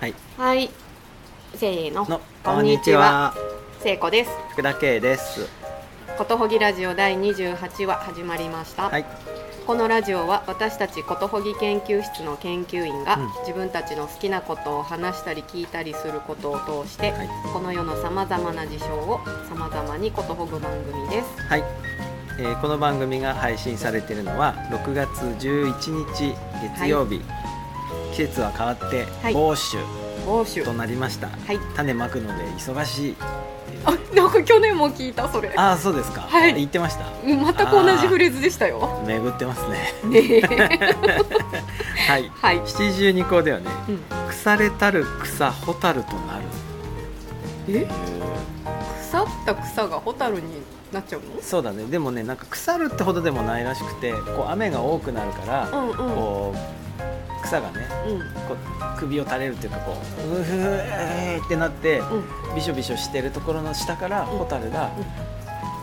はい、はい。せーの。のこんにち。は聖子です。福田圭ですことほぎラジオ第28話始まりました。はいこのラジオは私たちことほぎ研究室の研究員が、うん自分たちの好きなことを話したり聞いたりすることを通して、はいこの世のさまざまな事象をさまざまにことほぐ番組です。はい、えーこの番組が配信されているのは6月11日月曜日、季節は変わってはい暴酒欧州。とはなりました、い。種まくので忙しいあ、なんか去年も聞いたそれ。ああそうですか、はい言ってましたうん全く同じフレーズでしたよ。巡ってます ねねえ。はいはい。七十二項ではねうん。腐れたる草蛍となるえ？腐った草がホタルになっちゃうの？そうだねでもねなんか腐るってほどでもないらしくてこう雨が多くなるから、うんうん。こう草がねうんこう首を垂れるっていうかこううふーってなってうん。びしょびしょしてるところの下からうんホタルが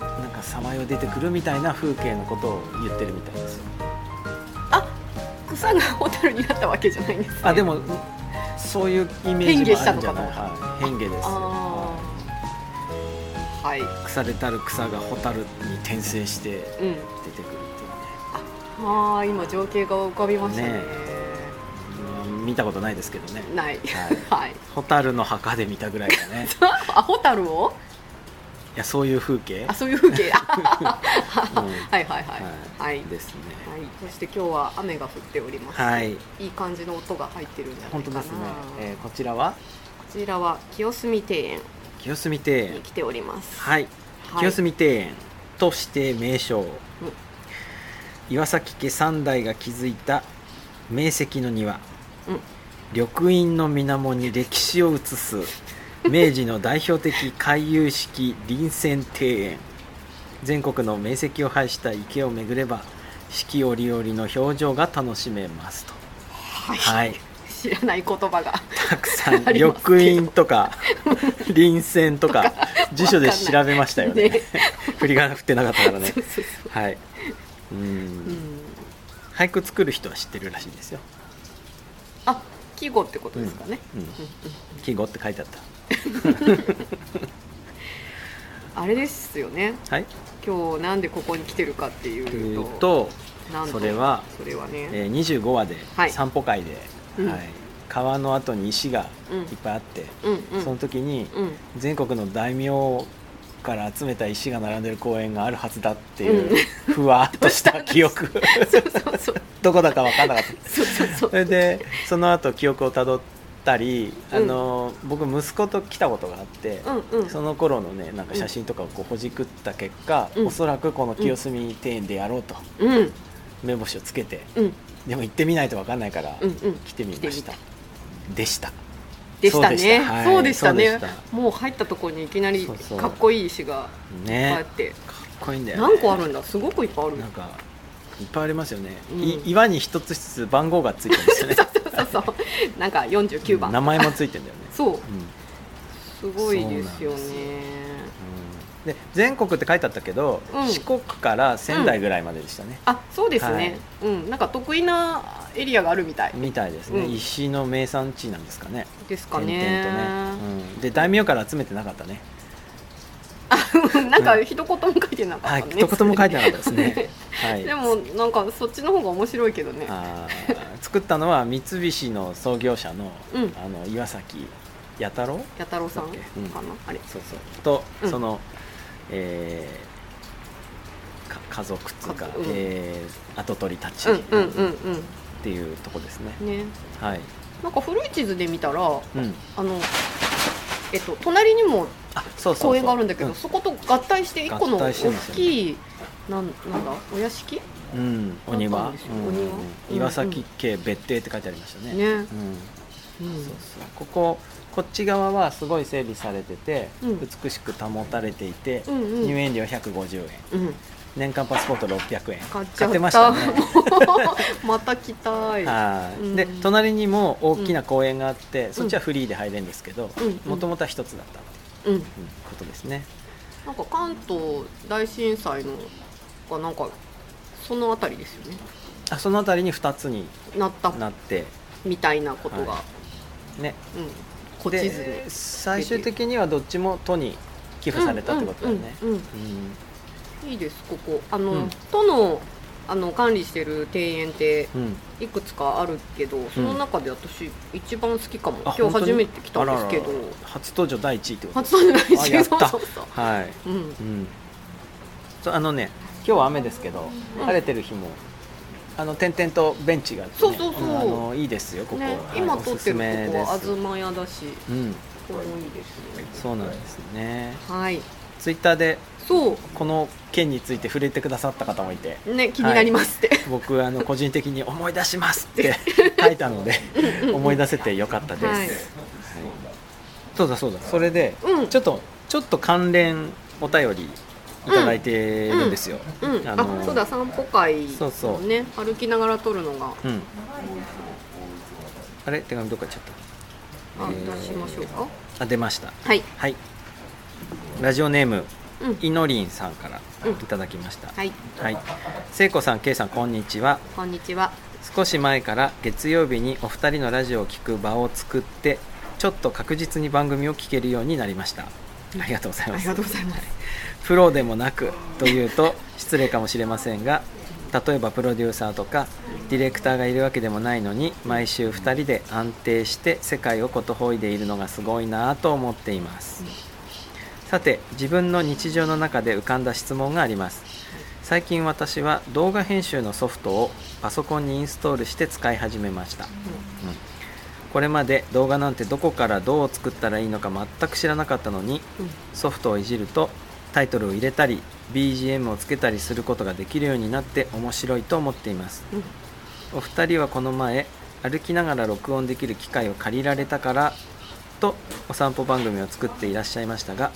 なんかさまよ出てくるみたいな風景のことを言ってるみたいですよ草がホタルになったわけじゃないんです、ね。あでもそういうイメージもあるんじゃない変化したのはい変化ですああ。はい。腐れたる草がホタルに転生して出てうくん。るっああ今情景が浮かびましたね。ねていうね、うん見たことないですけどねない。はい はい。ホタルの墓で見たぐらいだ ねあホタルを？いやそういう風景あそういう 風景。あうん はいはいはい。はい。はい。ですねそして今日は雨が降っております。はいいい感じの音が入ってるんじゃない本か当な。ですね、えーこちらはこちらは清澄庭園清澄庭に園来ております。はい、はい清澄庭園として名称岩崎家三代が築いた名石の庭、うん緑印の水面に歴史を映す明治の代表的回遊式臨泉庭園全国の名石を配した池を巡れば四季折々の表情が楽しめますとはい。はい知らない言葉が。たくさんあり緑ますけど印と か臨泉とか辞書で調べましたよねね振り仮名振ってなかったからね そうそうそはいうーう。うんん。俳句作る人は知ってるらしいんですよ、あ、季語ってことですかね。うん、うんうん季語って書いてあっあれですよね。たはい今日なんでここに来てるかってといいううと、と、なんそとれはそれはね、えー25話ではい散歩会で、うんはい川の後に石がうんいっぱいあって、うんうんその時にうん全国の大名から集めた石が並んでる公園があるはずだっていう、ふわっとした記 憶そうそうそうどこだか分かんなかったそうそうそうそれでその後記憶をたどったり、うんあの僕息子と来たことがあって、うんうんその頃のねなんか写真とかをこうほじくった結果、うんおそらくこの清澄庭園でやろうとうん目星をつけてうんでも行ってみないと分かんないから、うんうん来てみました来てでしたでしたねそそううででししたはたいねもう入ったところにいきなりそうそうかっこいい石がいっぱいあねってかっこいいんだよ、ね、何個あるんだすごくいっぱいあるなんかいっぱいありますよね、うんい岩に一つずつ番号がついてるんですよ ねそうそうそうなんか四十九番名前もついてんだよね、そううんすごいですそうよねなんで全国って書いてあったけど、うん四国から仙台ぐらいまででしたね、あそうですねうんなんか得意なエリアがあるみたいみたいですね、うん石の名産地なんですかねですか点ね々とね、うん、で大名から集めてなかったねなんか一言も書いてなかはっいたね。一言も書いてなかったですね はいでもなんかそっちの方が面白いけどね。あー作ったのは三菱の創業者の,、うんあの岩崎弥太郎やたろうさんかうんな、あれ。そうそうと、うんその、えーか家族とか、家族うんえー跡取りたちうっんうんうんていうとこですね、うん。ね。はい、なんか古い地図で見たらあうん、のえっと隣にもあそうそうそう公園があるんだけうどそこと合体して一個合の大体してるんですよねきいなんなんだお屋敷うん、お庭、あったんですようお庭んうん岩崎家別邸って書いてありましたね。ね。うん、うそうんそう。こここっち側はすごい整備されてて、うん美しく保たれていて、うんうん入園料150円、うん。年間パスポート600円買っち買ってゃまっ。したたもね。 うまた来たい。はい、うんで隣にも大きな公園があって、そっちはフリーで入れるんですけどうんもともとは一つだったってうん。いうことですね、なんか関東大震災のがなんかそのあたりですよね。あその辺りに2つになったなってみたいなことがねうん、古地図でに最終的にはどっちも都に寄付されたってことだよねうんうんううんんうんいいですここあの、うん都のあの管理してる庭園ってうんいくつかあるけどその中で私一番好きかも、あ今本日当に初めて来たんですけどあららら初登場第一位ってこと初登場あ大や事ったそうそうそうはいうんうんそうあのね今日は雨ですけどうん晴れてる日もあの点々とベンチがあってねそうそうそうんあのいいですよここねは、い今お撮すってするめとこはです東屋だしうんこれもいいですねそうなんですねはいツイッターでそこの件について触れてくださった方もいてうね気になりますって、僕あの個人的に思い出しますって 書いたので思い出せてよかったです、はいそうだそうだそれでうんちょっとちょっと関連お便りいただいてるんですよ、うん、ああのそうだ散歩会そうそうをね歩きながら撮るのがうんあれ手紙どっか行っちゃっあえー出しましょうかたあ出ましたはいはいラジオネームうんいのりんさんからうんいただきました、はいはい聖子さんけいさんこんにちはこんにちは少し前から月曜日にお二人のラジオを聞く場を作ってちょっと確実に番組を聞けるようになりましたありがとうございあまりすがとうございますプロでもなくというと失礼かもしれませんが例えばプロデューサーとかディレクターがいるわけでもないのに毎週2人で安定して世界をことほいでいるのがすごいなぁと思っていますさて自分の日常の中で浮かんだ質問があります最近私は動画編集のソフトをパソコンにインストールして使い始めましたこれまで動画なんてどこからどう作ったらいいのか全く知らなかったのにうんソフトをいじるとタイトルを入れたり BGM をつけたりすることができるようになって面白いと思っていますうんお二人はこの前歩きながら録音できる機会を借りられたからとお散歩番組を作っていらっしゃいましたが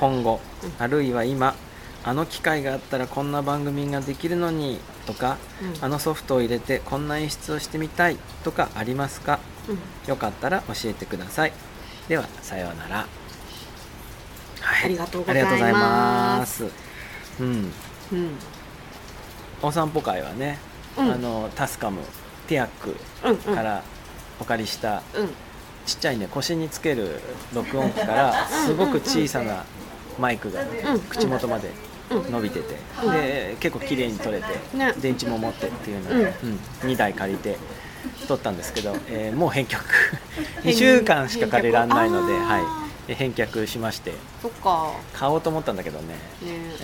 今後あるいは今あの機会があったらこんな番組ができるのにとかうんうんあのソフトを入れてこんな演出をしてみたいとかありますかうんよかったら教えてくださいではさようなら、はいありがとうございますありがとうございますうんうんお散歩会はね、うんあのタスカムティアックうんうんからお借りしたうんちっちゃいね腰につける録音機からすごく小さなマイクがね、うん口元までうん伸びてて、で結構綺麗に撮れて、ね 電池も持ってっていうので、うん2台借りて撮ったんですけど、えーもう返 却2週間しか借りられないので、返却あーはい、で返却しましてそっか買おうと思ったんだけどねね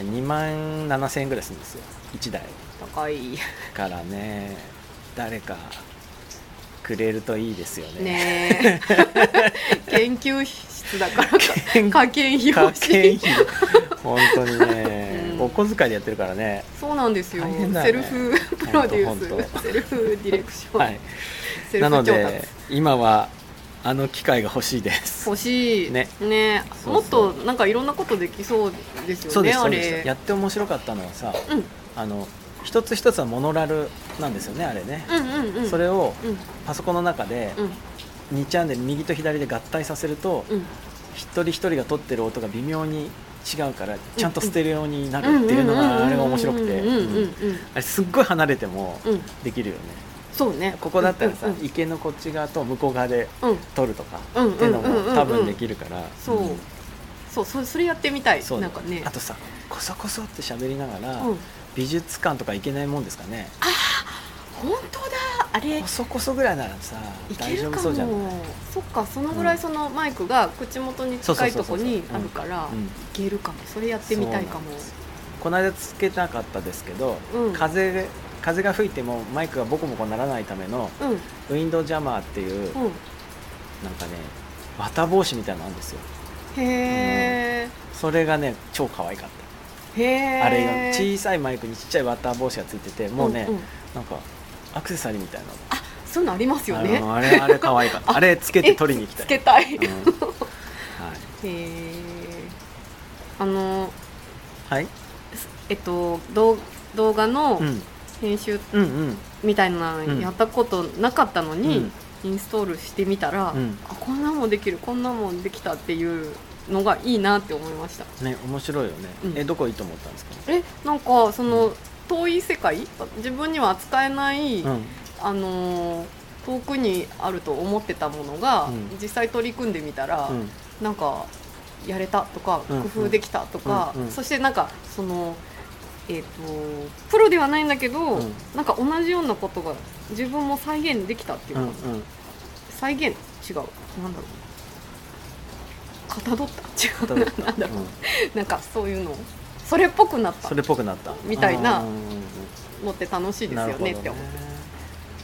2万7000円ぐらいするんですよ1台高いからね誰かくれるといいですよね ねえ研究室だから研課金費課欲金しい費本当にね、うんお小遣いでやってるからねそうなんですよ、大変だセよルねフプロデュほんとーほスセルフディレクション、はいセルなフの調で達今はあの機械が欲しいです欲しいねねそうそうもっとなんかいろんなことできそうですよねそうですそあうですやれって面白かったのはさうんあの一つ一つはモノラルなんですよねあれね、うんうんうんそれをうんパソコンの中でうん2チャンネル右と左で合体させると、うん一人一人が撮ってる音が微妙に違うからちゃんと捨てるようになるっていうのがあれが面白くてうんうんうんうんあれすっごい離れてもうんうんできるよねそうねここだったらさうんうん池のこっち側と向こう側でうんうん撮るとかうんうんっていうのうんうんうもん多分できるからそううんそうそそれやってみたいそうなんかねあとさこそこそって喋りながらうん美術館とか行けないもんですかね本当だあれこそこそぐらいならさいけ大丈る夫かそうもじゃないそっかそのぐらいそのマイクが口元に近いとこにあるからいうんうんけるかもそれやってみたいかもこの間つけなかったですけどうん風で風が吹いてもマイクがボコボコならないためのうんうんウィンドウジャマーっていうなんかね綿帽子みたいなのあるんですよへえそれがね超可愛かったへえあれが小さいマイクにちっちゃい綿帽子がついててもうね、んんなんかアクセサリーみたいなのそういうのありますよねあのあれあれ可愛かったあれつけて取りに行き たいつけたい、うへんはいえあのはい、えっと動動画のうん、編集うんうんみたいなうんのやったことなかったのに、インストールしてみたら、うんあこんなもんできるこんなもんできたっていうのがいいなって思いましたね面白いよね、うんえどこいいと思ったんですか、えなんかそうの遠い世界自分には扱えない、うんあのー遠くにあると思ってたものが、うん実際取り組んでみたら、うんなんかやれたとかうん工夫できたとか、うんうんそしてなんかその、えー、とプロではないんだけど、うんなんか同じようなことが自分も再現できたっていううか、んうん再現違うなんだろうかたどった違う片付けた なんだろうんうなんかそういうのそれっぽくなったそれっぽくなったみたいなうんうんうんうんのって楽しいですなるほよどねねって思う。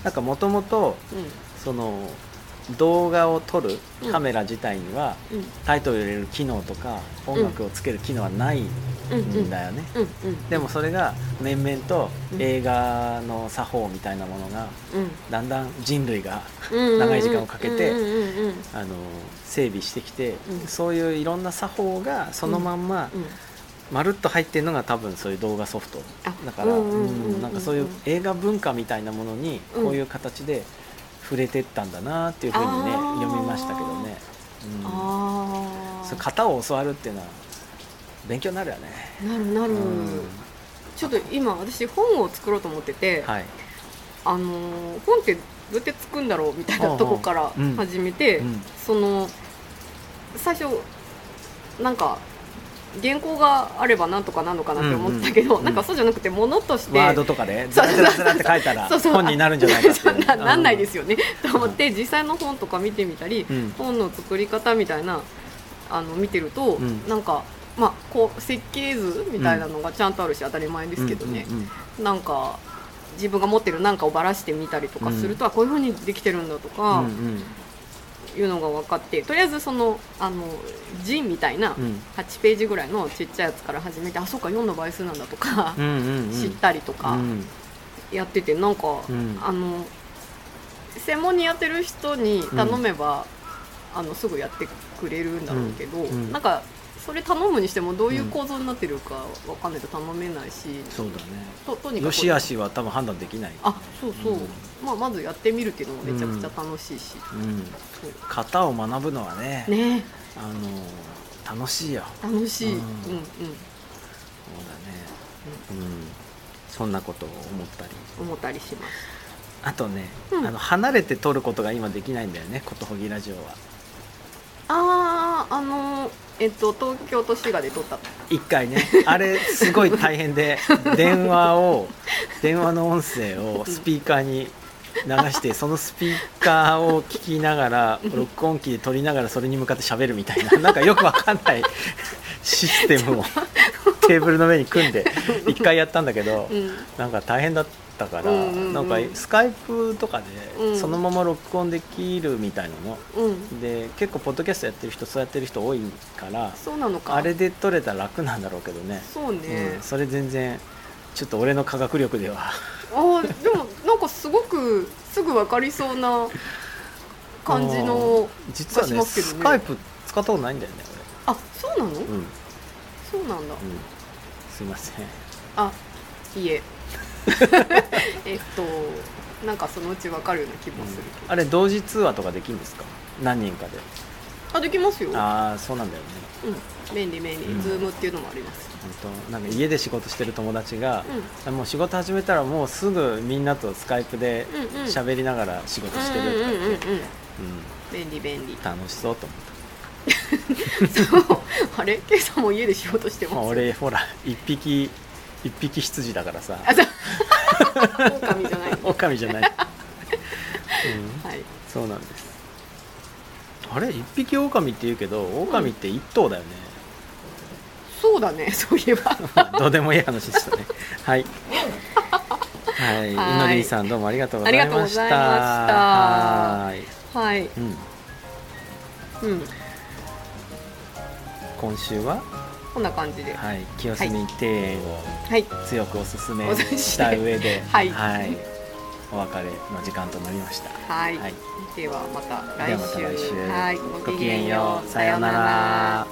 なんかもともとその動画を撮るカメラ自体には、うんうんタイトルを入れる機能とかん音楽をつける機能はないんうんうんだよね、うんうんでもそれが面々とうん映画の作法みたいなものがうんだんだん人類が長長い時間をかけてうんうんうんうんあの整備してきて、うんそういういろんな作法がそのまんまうんまるっと入ってるのが多分そういう動画ソフトあだからうんうんうんうんうんなんかそういう映画文化みたいなものにうんこういう形で触れてったんだなっていうふうにねあー読みましたけどね、うん、あそうあ型を教わるっていうのは勉強になるよね、なるなる、うんちょっと今私本を作ろうと思ってて、はいあのー本ってどうやって作るんだろうみたいなとこからうんうん始めて、うんその最初なんか原稿があればなんとかなのかなって思ってたけど、うんうんなんかそうじゃなくてものとしてワードとかでずらずらずらって書いたらそうそう本になるんじゃないかっていそううね ななんないですよ、よねと思って実際の本とか見てみたり、うん本の作り方みたいなあの見てると、うんなんか、まあ、こう設計図みたいなのがちゃんとあるし当たり前でうんすけどね、うんうんなんか自分が持ってるなんかをばらしてみたりとかすると、あこういうふうにできてるんだとうかんうんいうのが分かってとりあえずそのあの字みたいなうん8ページぐらいのちっちゃいやつから始めてあそうか4の倍数なんだとかう、んうんうん知ったりとか。うんやっててなんか、うんあの専門にやってる人に頼めば、あのすぐやってくれるんだろうけど、うんうんなんかそれ頼むにしてもどういう構造になってるかわかんないと頼めないし、そうだととにねかくよし悪しは多分判断できないあそうそう、うんまあ、まずやってみるっていうのもめちゃくちゃ楽しいし、うんそう型を学ぶのはねねあの楽しいよ楽しい、ううんんうんそうだねうんそんなことを思ったり思ったりしますあとね、うんあの離れて撮ることが今できないんだよねことほぎラジオはあああのえっと東京都市がで撮った一回ねあれすごい大変 で電話を電話の音声をスピーカーに流 してそのスピーカーを聞きながら録音機で撮りながらそれに向かって喋るみたいななんかよくわかん ないシステムをテーブルの上に組んで一回やったんだけど、うんなんか大変だったから、うんうんうんなんかスカイプとかうでんそのまま録音できるみたいなの、うんで結構ポッドキャストやってる人そうやってる人多いからそうなのかあれで撮れたら楽なんだろうけどね、そうね、うん、それ全然ちょっと俺の科学力ではあーでもなんかすごくすぐ分かりそうな感じの実はしねますけどねスカイプ使ったことないんだよねあそうなの、俺、うんうん、そうなんだすいませんあいい ええっとなんかそのうち分かるような気もする、あれ同時通話とかできるんですか何人かであできますよ、うああそうなんだよねん、便利便利、うんズームっていうのもあります本当なんか家で仕事してる友達が、うもう仕事始めたらもうすぐみんなとスカイプでうんうん喋りながら仕事してるとうんかうん言うんうんって、便利便利うん楽しそうと思ってそうあれケイさんも家で仕事してますまあ、俺ほら一匹一匹羊だからさあそう狼じゃないの狼じゃない、 うんはいそうなんですあれ一匹狼って言うけど狼って一頭 だよね、そうだねそういえばどうでもいい話でしたねはいはい、いはいのりーさんどうもありがとうございましたありがとうございましたはい、はいうん、うん今週はこんな感じでははい、清澄庭園をい強くおすすめした上で、はいお別れの時間となりました。はい、はいではまたで来はまた週来週はいごきげんようさようなら